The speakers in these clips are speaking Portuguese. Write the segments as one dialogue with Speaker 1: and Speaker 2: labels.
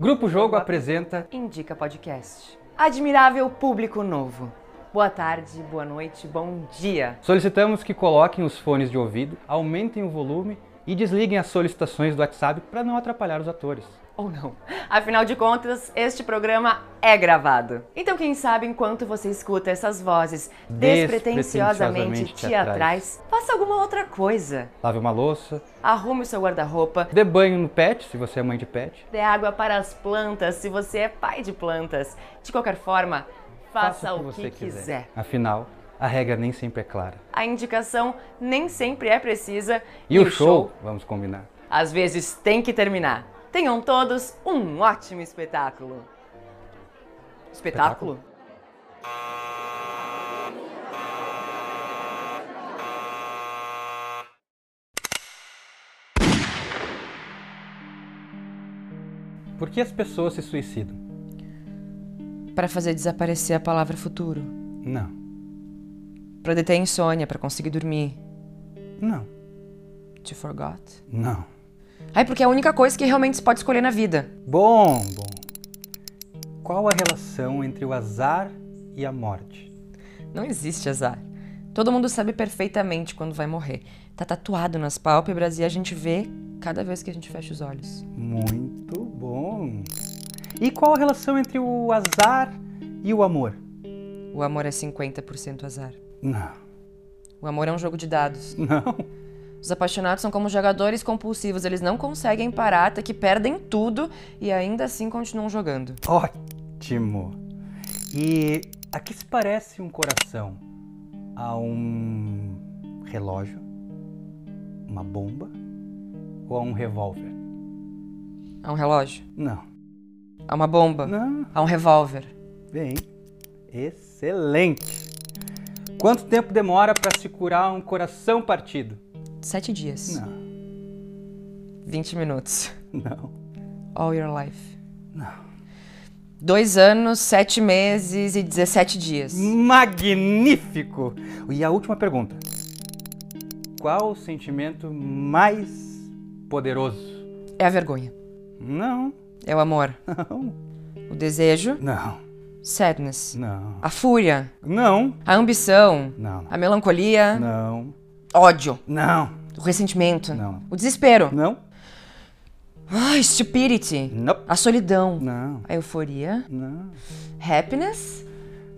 Speaker 1: Grupo Jogo apresenta
Speaker 2: Indica Podcast. Admirável público novo. Boa tarde, boa noite, bom dia.
Speaker 1: Solicitamos que coloquem os fones de ouvido, aumentem o volume e desliguem as solicitações do WhatsApp para não atrapalhar os atores.
Speaker 2: Ou não. Afinal de contas, este programa é gravado. Então, quem sabe, enquanto você escuta essas vozes
Speaker 1: Despretensiosamente
Speaker 2: despretensiosamente teatrais, faça alguma outra coisa.
Speaker 1: Lave uma louça,
Speaker 2: Arrume o seu guarda-roupa,
Speaker 1: dê banho no pet, se você é mãe de pet.
Speaker 2: dê água para as plantas se você é pai de plantas. De qualquer forma, faça, o que, quiser.
Speaker 1: Afinal, a regra nem sempre é clara.
Speaker 2: A indicação nem sempre é precisa
Speaker 1: E, o show, vamos combinar.
Speaker 2: às vezes tem que terminar. Tenham todos um ótimo espetáculo. Espetáculo?
Speaker 1: Por que as pessoas se suicidam?
Speaker 2: Para fazer desaparecer a palavra futuro.
Speaker 1: Não,
Speaker 2: Para deter a insônia, para conseguir dormir.
Speaker 1: não,
Speaker 2: Te forgot?
Speaker 1: não.
Speaker 2: Ai, porque é a única coisa que realmente se pode escolher na vida.
Speaker 1: Bom, bom. Qual a relação entre o azar e a morte?
Speaker 2: Não existe azar. Todo mundo sabe perfeitamente quando vai morrer. Tá tatuado nas pálpebras e a gente vê cada vez que a gente fecha os olhos.
Speaker 1: Muito bom. E qual a relação entre o azar e o amor?
Speaker 2: O amor é 50% azar.
Speaker 1: Não,
Speaker 2: O amor é um jogo de dados.
Speaker 1: não.
Speaker 2: Os apaixonados são como jogadores compulsivos, eles não conseguem parar até que perdem tudo e ainda assim continuam jogando.
Speaker 1: Ótimo. E a que se parece um coração? A um relógio? Uma bomba? Ou a um revólver?
Speaker 2: Há um relógio,
Speaker 1: Não,
Speaker 2: há uma bomba,
Speaker 1: não.
Speaker 2: há um revólver.
Speaker 1: Bem, excelente. Quanto tempo demora para se curar um coração partido?
Speaker 2: Sete dias,
Speaker 1: Não,
Speaker 2: 20 minutos.
Speaker 1: não,
Speaker 2: All your life.
Speaker 1: não.
Speaker 2: Dois anos, sete meses e 17 dias.
Speaker 1: Hum. Magnífico! E a última pergunta. Qual o sentimento mais poderoso?
Speaker 2: É a vergonha.
Speaker 1: Não,
Speaker 2: É o amor.
Speaker 1: não,
Speaker 2: O desejo,
Speaker 1: não,
Speaker 2: sadness.
Speaker 1: não,
Speaker 2: A fúria,
Speaker 1: não,
Speaker 2: a ambição,
Speaker 1: não,
Speaker 2: a melancolia,
Speaker 1: Hum. não,
Speaker 2: ódio,
Speaker 1: não,
Speaker 2: o ressentimento,
Speaker 1: Não.
Speaker 2: o desespero,
Speaker 1: não,
Speaker 2: ah, stupidity,
Speaker 1: nope,
Speaker 2: a solidão,
Speaker 1: Hum. não,
Speaker 2: a euforia,
Speaker 1: não,
Speaker 2: happiness,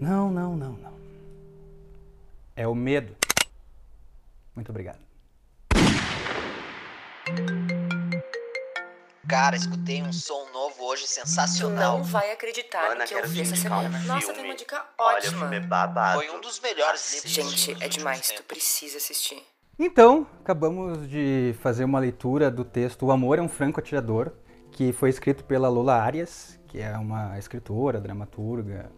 Speaker 1: não, não, não, não. É o medo. Muito obrigado.
Speaker 3: Cara, escutei um som novo hoje sensacional.
Speaker 4: vai acreditar
Speaker 5: Ana, quero te indicar um filme. Olha, o filme é babado.
Speaker 3: Foi um dos melhores livros.
Speaker 2: é
Speaker 3: dos últimos tempos.
Speaker 4: é precisa assistir.
Speaker 1: Então, acabamos de fazer uma leitura do texto O Amor é um Franco Atirador, que foi escrito pela Lola Arias, que é uma escritora, dramaturga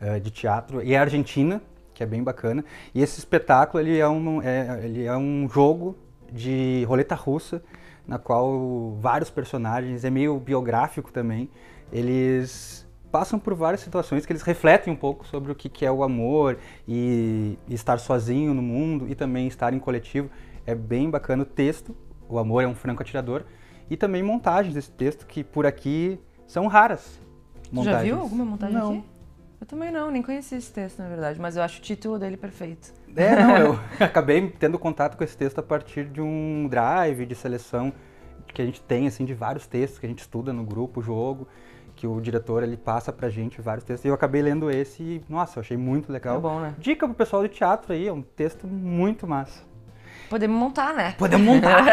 Speaker 1: eh, de teatro, e é argentina, que é bem bacana. E esse espetáculo ele é, um, é- ele é um jogo de roleta russa, na qual vários personagens, é meio biográfico também, eles passam por várias situações que eles refletem um pouco sobre o que, que é o amor e estar sozinho no mundo e também estar em coletivo. É bem bacana o texto, o amor é um franco atirador, e também montagens desse texto que por aqui são raras.
Speaker 2: Tu já viu alguma montagem
Speaker 1: Não.
Speaker 2: aqui? Eu também não, nem conheci esse texto, na verdade, mas eu acho o título dele perfeito.
Speaker 1: É, não, eu acabei tendo contato com esse texto a partir de um drive de seleção que a gente tem, assim, de vários textos que a gente estuda no grupo, jogo, que o diretor ele passa pra gente vários textos. E eu acabei lendo esse e, nossa, eu achei muito
Speaker 2: É
Speaker 1: legal.
Speaker 2: bom, né?
Speaker 1: Dica pro pessoal do teatro aí, é um texto muito massa.
Speaker 2: Podemos montar, né?
Speaker 1: Podemos montar!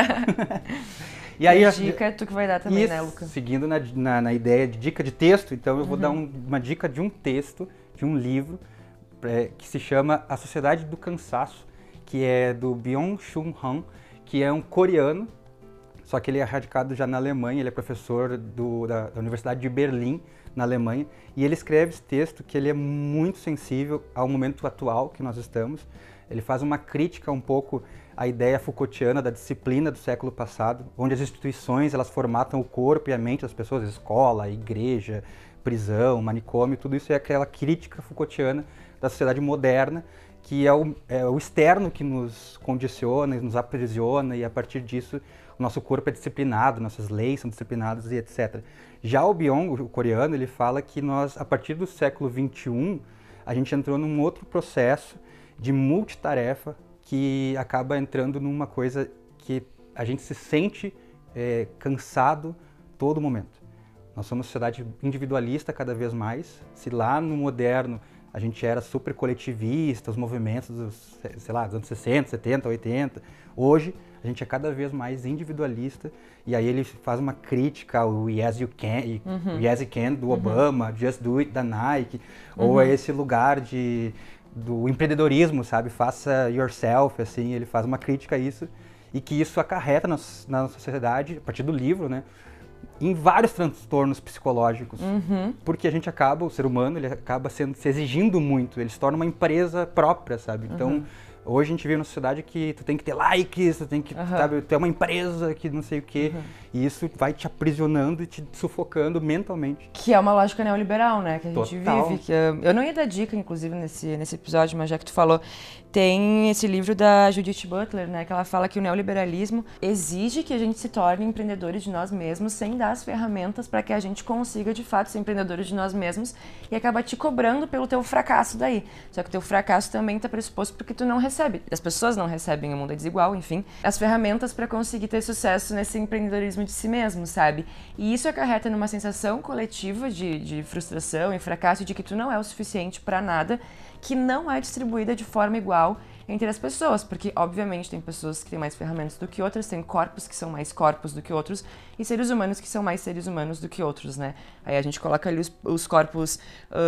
Speaker 1: e aí,
Speaker 2: a
Speaker 1: a-
Speaker 2: dica é tu que vai dar também,
Speaker 1: isso,
Speaker 2: né, Luca? Uhum.
Speaker 1: Seguindo na, na, na ideia de dica de texto, então eu vou dar um- uma dica de um texto, de um livro, é, que se chama A Sociedade do Cansaço, que é do Byung-Chul Han, que é um coreano, só que ele é radicado já na Alemanha, ele é professor do- da, da Universidade de Berlim, na Alemanha, e ele escreve esse texto que ele é muito sensível ao momento atual que nós estamos. Ele faz uma crítica um pouco à ideia Foucaultiana da disciplina do século passado, onde as instituições elas formatam o corpo e a mente das pessoas, escola, igreja, prisão, manicômio, tudo isso é aquela crítica Foucaultiana da sociedade moderna, que é o, é o externo que nos condiciona, e nos aprisiona, e a partir disso o nosso corpo é disciplinado, nossas leis são disciplinadas e etc. Já o Byung, o coreano, ele fala que nós, a partir do século 21, a gente entrou num outro processo de multitarefa que acaba entrando numa coisa que a gente se sente é, cansado todo momento. Nós somos sociedade individualista cada vez mais. Se lá no moderno a gente era super coletivista, os movimentos dos, sei lá, dos anos 60, 70, 80, hoje a gente é cada vez mais individualista. E aí ele faz uma crítica ao Yes You Can, uhum. yes you can do Obama, uhum. Just Do It da Nike, uhum. ou a esse lugar de do empreendedorismo, sabe? Faça yourself, assim, ele faz uma crítica a isso e que isso acarreta na, na sociedade, a partir do livro, né? em vários transtornos psicológicos,
Speaker 2: uhum.
Speaker 1: porque a gente acaba, o ser humano, ele acaba sendo, se exigindo muito, ele se torna uma empresa própria, sabe? Então, uhum. hoje a gente vive numa sociedade que tu tem que ter likes, tu tem que, uhum. sabe, ter uma empresa que não sei o quê,
Speaker 2: Uhum.
Speaker 1: e isso vai te aprisionando e te sufocando mentalmente.
Speaker 2: Que é uma lógica neoliberal, né, que a gente
Speaker 1: Total.
Speaker 2: vive. Que, é, eu não ia dar dica, inclusive, nesse, nesse episódio, mas já que tu falou, tem esse livro da Judith Butler, né, que ela fala que o neoliberalismo exige que a gente se torne empreendedores de nós mesmos, sem dar as ferramentas para que a gente consiga de fato ser empreendedores de nós mesmos e acaba te cobrando pelo teu fracasso daí. Só que o teu fracasso também está pressuposto porque tu não recebe. As pessoas não recebem, o mundo é desigual, enfim, as ferramentas para conseguir ter sucesso nesse empreendedorismo de si mesmo, sabe? E isso acarreta numa sensação coletiva de, de frustração e fracasso de que tu não é o suficiente para nada que não é distribuída de forma igual entre as pessoas, porque obviamente tem pessoas que têm mais ferramentas do que outras, tem corpos que são mais corpos do que outros e seres humanos que são mais seres humanos do que outros, né? Aí a gente coloca ali os, os corpos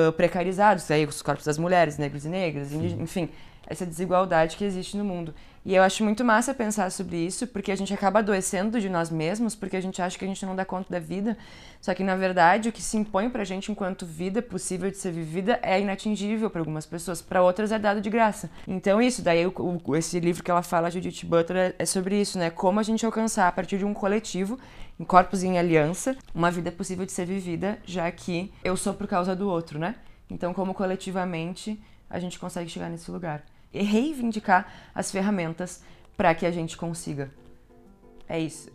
Speaker 2: uh, precarizados, aí os corpos das mulheres, negros e negras, enfim, essa desigualdade que existe no mundo. E eu acho muito massa pensar sobre isso, porque a gente acaba adoecendo de nós mesmos, porque a gente acha que a gente não dá conta da vida. Só que, na verdade, o que se impõe pra gente enquanto vida possível de ser vivida é inatingível para algumas pessoas, para outras é dado de graça. Então, isso, daí o, o, esse livro que ela fala, Judith Butler, é sobre isso, né? Como a gente alcançar, a partir de um coletivo, em corpos e em aliança, uma vida possível de ser vivida, já que eu sou por causa do outro, né? Então, como coletivamente a gente consegue chegar nesse lugar reivindicar as ferramentas para que a gente consiga. É isso.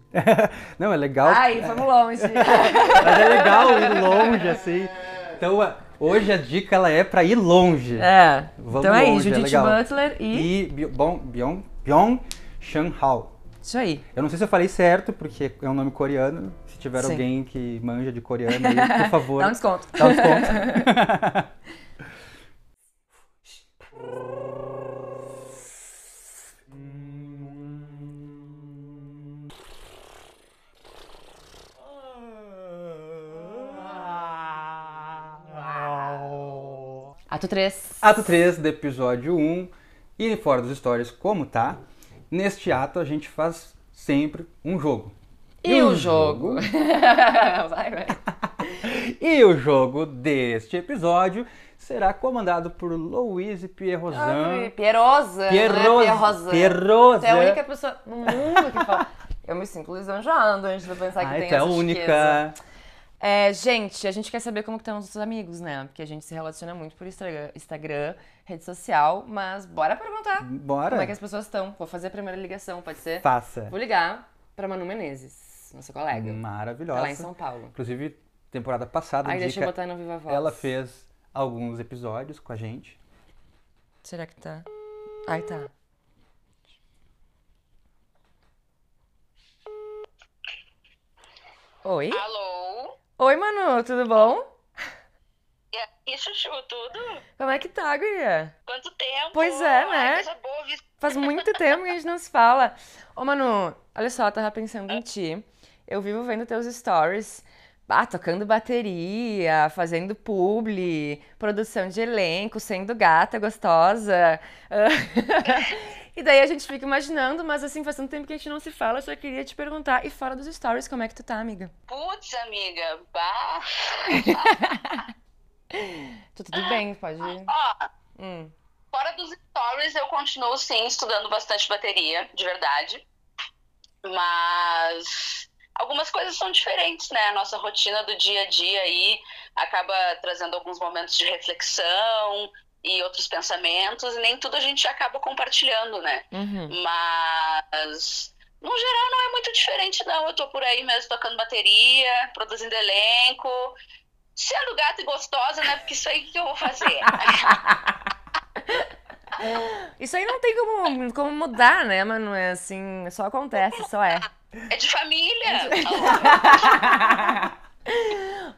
Speaker 1: Não, é legal.
Speaker 2: Ai, vamos longe.
Speaker 1: Mas é legal ir longe, assim. Então, hoje a dica ela é para ir longe.
Speaker 2: É.
Speaker 1: Vamos
Speaker 2: então é isso,
Speaker 1: longe, é
Speaker 2: Judith
Speaker 1: legal.
Speaker 2: Butler e.
Speaker 1: E Bi- Bom- Byung Byung Chan Hao.
Speaker 2: Isso aí.
Speaker 1: Eu não sei se eu falei certo, porque é um nome coreano. Se tiver
Speaker 2: Sim.
Speaker 1: alguém que manja de coreano, aí, por favor,
Speaker 2: Dá um desconto.
Speaker 1: dá um ponto.
Speaker 2: Ato 3.
Speaker 1: Ato 3 do episódio 1 e fora dos stories como tá. Neste ato a gente faz sempre um jogo.
Speaker 2: E o jogo? vai, vai.
Speaker 1: E o jogo deste episódio será comandado por Louise Pierrozan.
Speaker 4: Pierosa, não
Speaker 1: Pierrosa,
Speaker 2: né?
Speaker 4: é Pierrosa.
Speaker 1: Pierrosa.
Speaker 4: Você é a única pessoa no mundo que fala. Eu me sinto lisonjeando antes de pensar que
Speaker 1: Ai,
Speaker 4: tem
Speaker 1: tu é
Speaker 4: essa chiqueza.
Speaker 1: única.
Speaker 4: É, gente, a gente quer saber como que estão os nossos amigos, né? Porque a gente se relaciona muito por Instagram, Instagram, rede social, mas bora perguntar
Speaker 1: Bora.
Speaker 4: como é que as pessoas estão. Vou fazer a primeira ligação, pode ser?
Speaker 1: Faça.
Speaker 4: Vou ligar pra Manu Menezes, nossa colega.
Speaker 1: Hum, Maravilhosa.
Speaker 4: Tá lá em São Paulo.
Speaker 1: Inclusive, temporada passada,
Speaker 4: Ai, deixa eu
Speaker 1: indica,
Speaker 4: botar no Viva Voz.
Speaker 1: ela fez alguns episódios com a gente.
Speaker 2: Será que tá?
Speaker 4: Ai, tá.
Speaker 2: Oi?
Speaker 6: Alô?
Speaker 2: Oi, Manu, tudo bom?
Speaker 6: E aí, Chuchu, tudo?
Speaker 2: Como é que tá, guria?
Speaker 6: Quanto tempo?
Speaker 2: Pois é, né?
Speaker 6: Ai, coisa boa, vi-
Speaker 2: Faz muito tempo que a gente não se fala. Ô, Manu, olha só, eu tava pensando
Speaker 4: Ah.
Speaker 2: em ti. Eu vivo vendo teus stories. Ah, tocando bateria, fazendo publi, produção de elenco, sendo gata, gostosa. Ah, e daí a gente fica imaginando, mas assim, faz tanto tempo que a gente não se fala, eu só queria te perguntar, e fora dos stories, como é que tu tá, amiga?
Speaker 6: Putz, amiga, bah.
Speaker 4: Tô tudo bem, pode ir.
Speaker 6: Ó,
Speaker 4: Hum.
Speaker 6: fora dos stories, eu continuo, sim, estudando bastante bateria, de verdade. Mas algumas coisas são diferentes, né? A nossa rotina do dia a dia aí acaba trazendo alguns momentos de reflexão e outros pensamentos. E nem tudo a gente acaba compartilhando, né?
Speaker 2: Uhum.
Speaker 6: Mas No geral, não é muito diferente, não. Eu tô por aí mesmo tocando bateria, produzindo elenco, sendo gata e gostosa, né? Porque isso aí que eu vou fazer.
Speaker 2: Isso aí não tem como, como mudar, né? Mas não é assim, só acontece, só é.
Speaker 6: É de família. Tá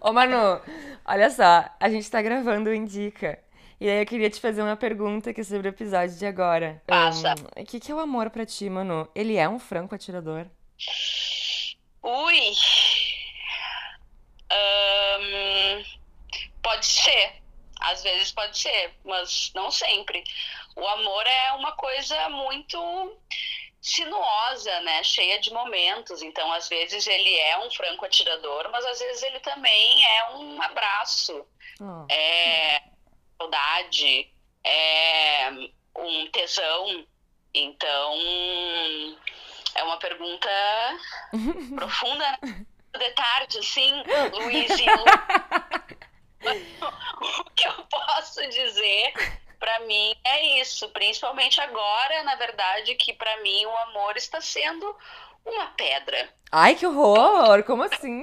Speaker 2: Ô Manu, olha só, a gente tá gravando o Indica. E aí eu queria te fazer uma pergunta que é sobre o episódio de agora.
Speaker 6: Passa.
Speaker 2: Hum, O que, que é o amor pra ti, Manu? Ele é um franco atirador?
Speaker 6: Ui. Ahn, pode ser. Às vezes pode ser, mas não sempre. O amor é uma coisa muito sinuosa, né? Cheia de momentos. Então, às vezes ele é um franco atirador, mas às vezes ele também é um abraço,
Speaker 2: Ó,
Speaker 6: é saudade, é um tesão. Então, é uma pergunta profunda, né? de tarde, assim, Luiz e Lu. O que eu posso dizer pra mim é isso, principalmente agora, na verdade, que pra mim o amor está sendo uma pedra.
Speaker 2: Ai, que horror! Como assim?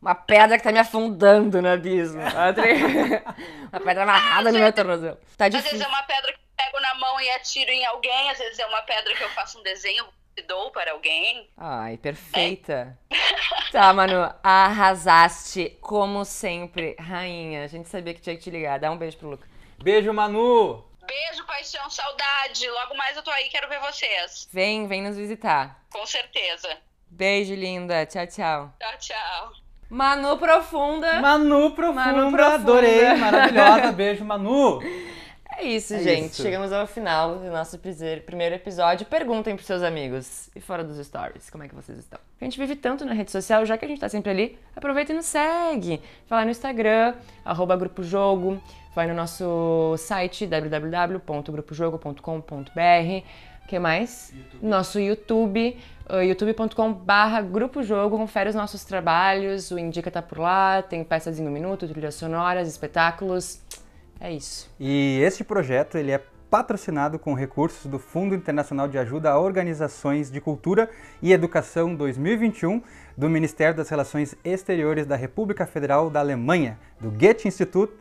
Speaker 2: Uma pedra que tá me afundando no abismo. Uma pedra amarrada no meu tornozelo. Tá
Speaker 6: Às vezes
Speaker 2: difícil.
Speaker 6: é uma pedra que eu pego na mão e atiro em alguém, às vezes é uma pedra que eu faço um desenho e dou para alguém.
Speaker 2: Ai, perfeita. Tá, Manu, arrasaste como sempre, rainha. A gente sabia que tinha que te ligar. Dá um beijo pro Luca.
Speaker 1: Beijo, Manu!
Speaker 6: Beijo, paixão, saudade. Logo mais eu tô aí, quero ver vocês.
Speaker 2: Vem, vem nos visitar.
Speaker 6: Com certeza.
Speaker 2: Beijo, linda. Tchau, tchau.
Speaker 6: Tchau, tchau.
Speaker 2: Manu Profunda.
Speaker 1: Manu profunda,
Speaker 2: Manu profunda.
Speaker 1: adorei, maravilhosa. Beijo, Manu.
Speaker 2: É isso,
Speaker 1: É
Speaker 2: gente.
Speaker 1: isso.
Speaker 2: Chegamos ao final do nosso prize- primeiro episódio. Perguntem pros seus amigos e fora dos stories, como é que vocês estão? A gente vive tanto na rede social, já que a gente tá sempre ali, aproveita e nos segue. Vai lá no Instagram, arroba Grupo Jogo, vai no nosso site www.grupojogo.com.br. O que mais? Nosso YouTube, uh, youtube.com.br Grupo Jogo, confere os nossos trabalhos, o Indica tá por lá, tem peças em um minuto, trilhas sonoras, espetáculos. É isso.
Speaker 1: E este projeto ele é patrocinado com recursos do Fundo Internacional de Ajuda a Organizações de Cultura e Educação 2021 do Ministério das Relações Exteriores da República Federal da Alemanha, do Goethe Institut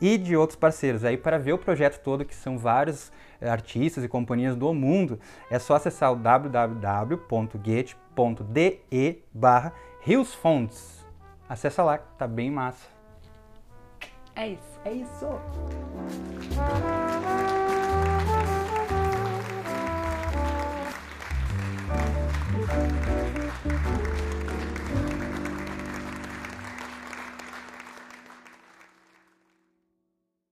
Speaker 1: e de outros parceiros. Aí para ver o projeto todo, que são vários eh, artistas e companhias do mundo, é só acessar o www.goethe.de barra Rios Fontes. Acessa lá, que tá bem massa.
Speaker 2: É isso.
Speaker 1: É isso!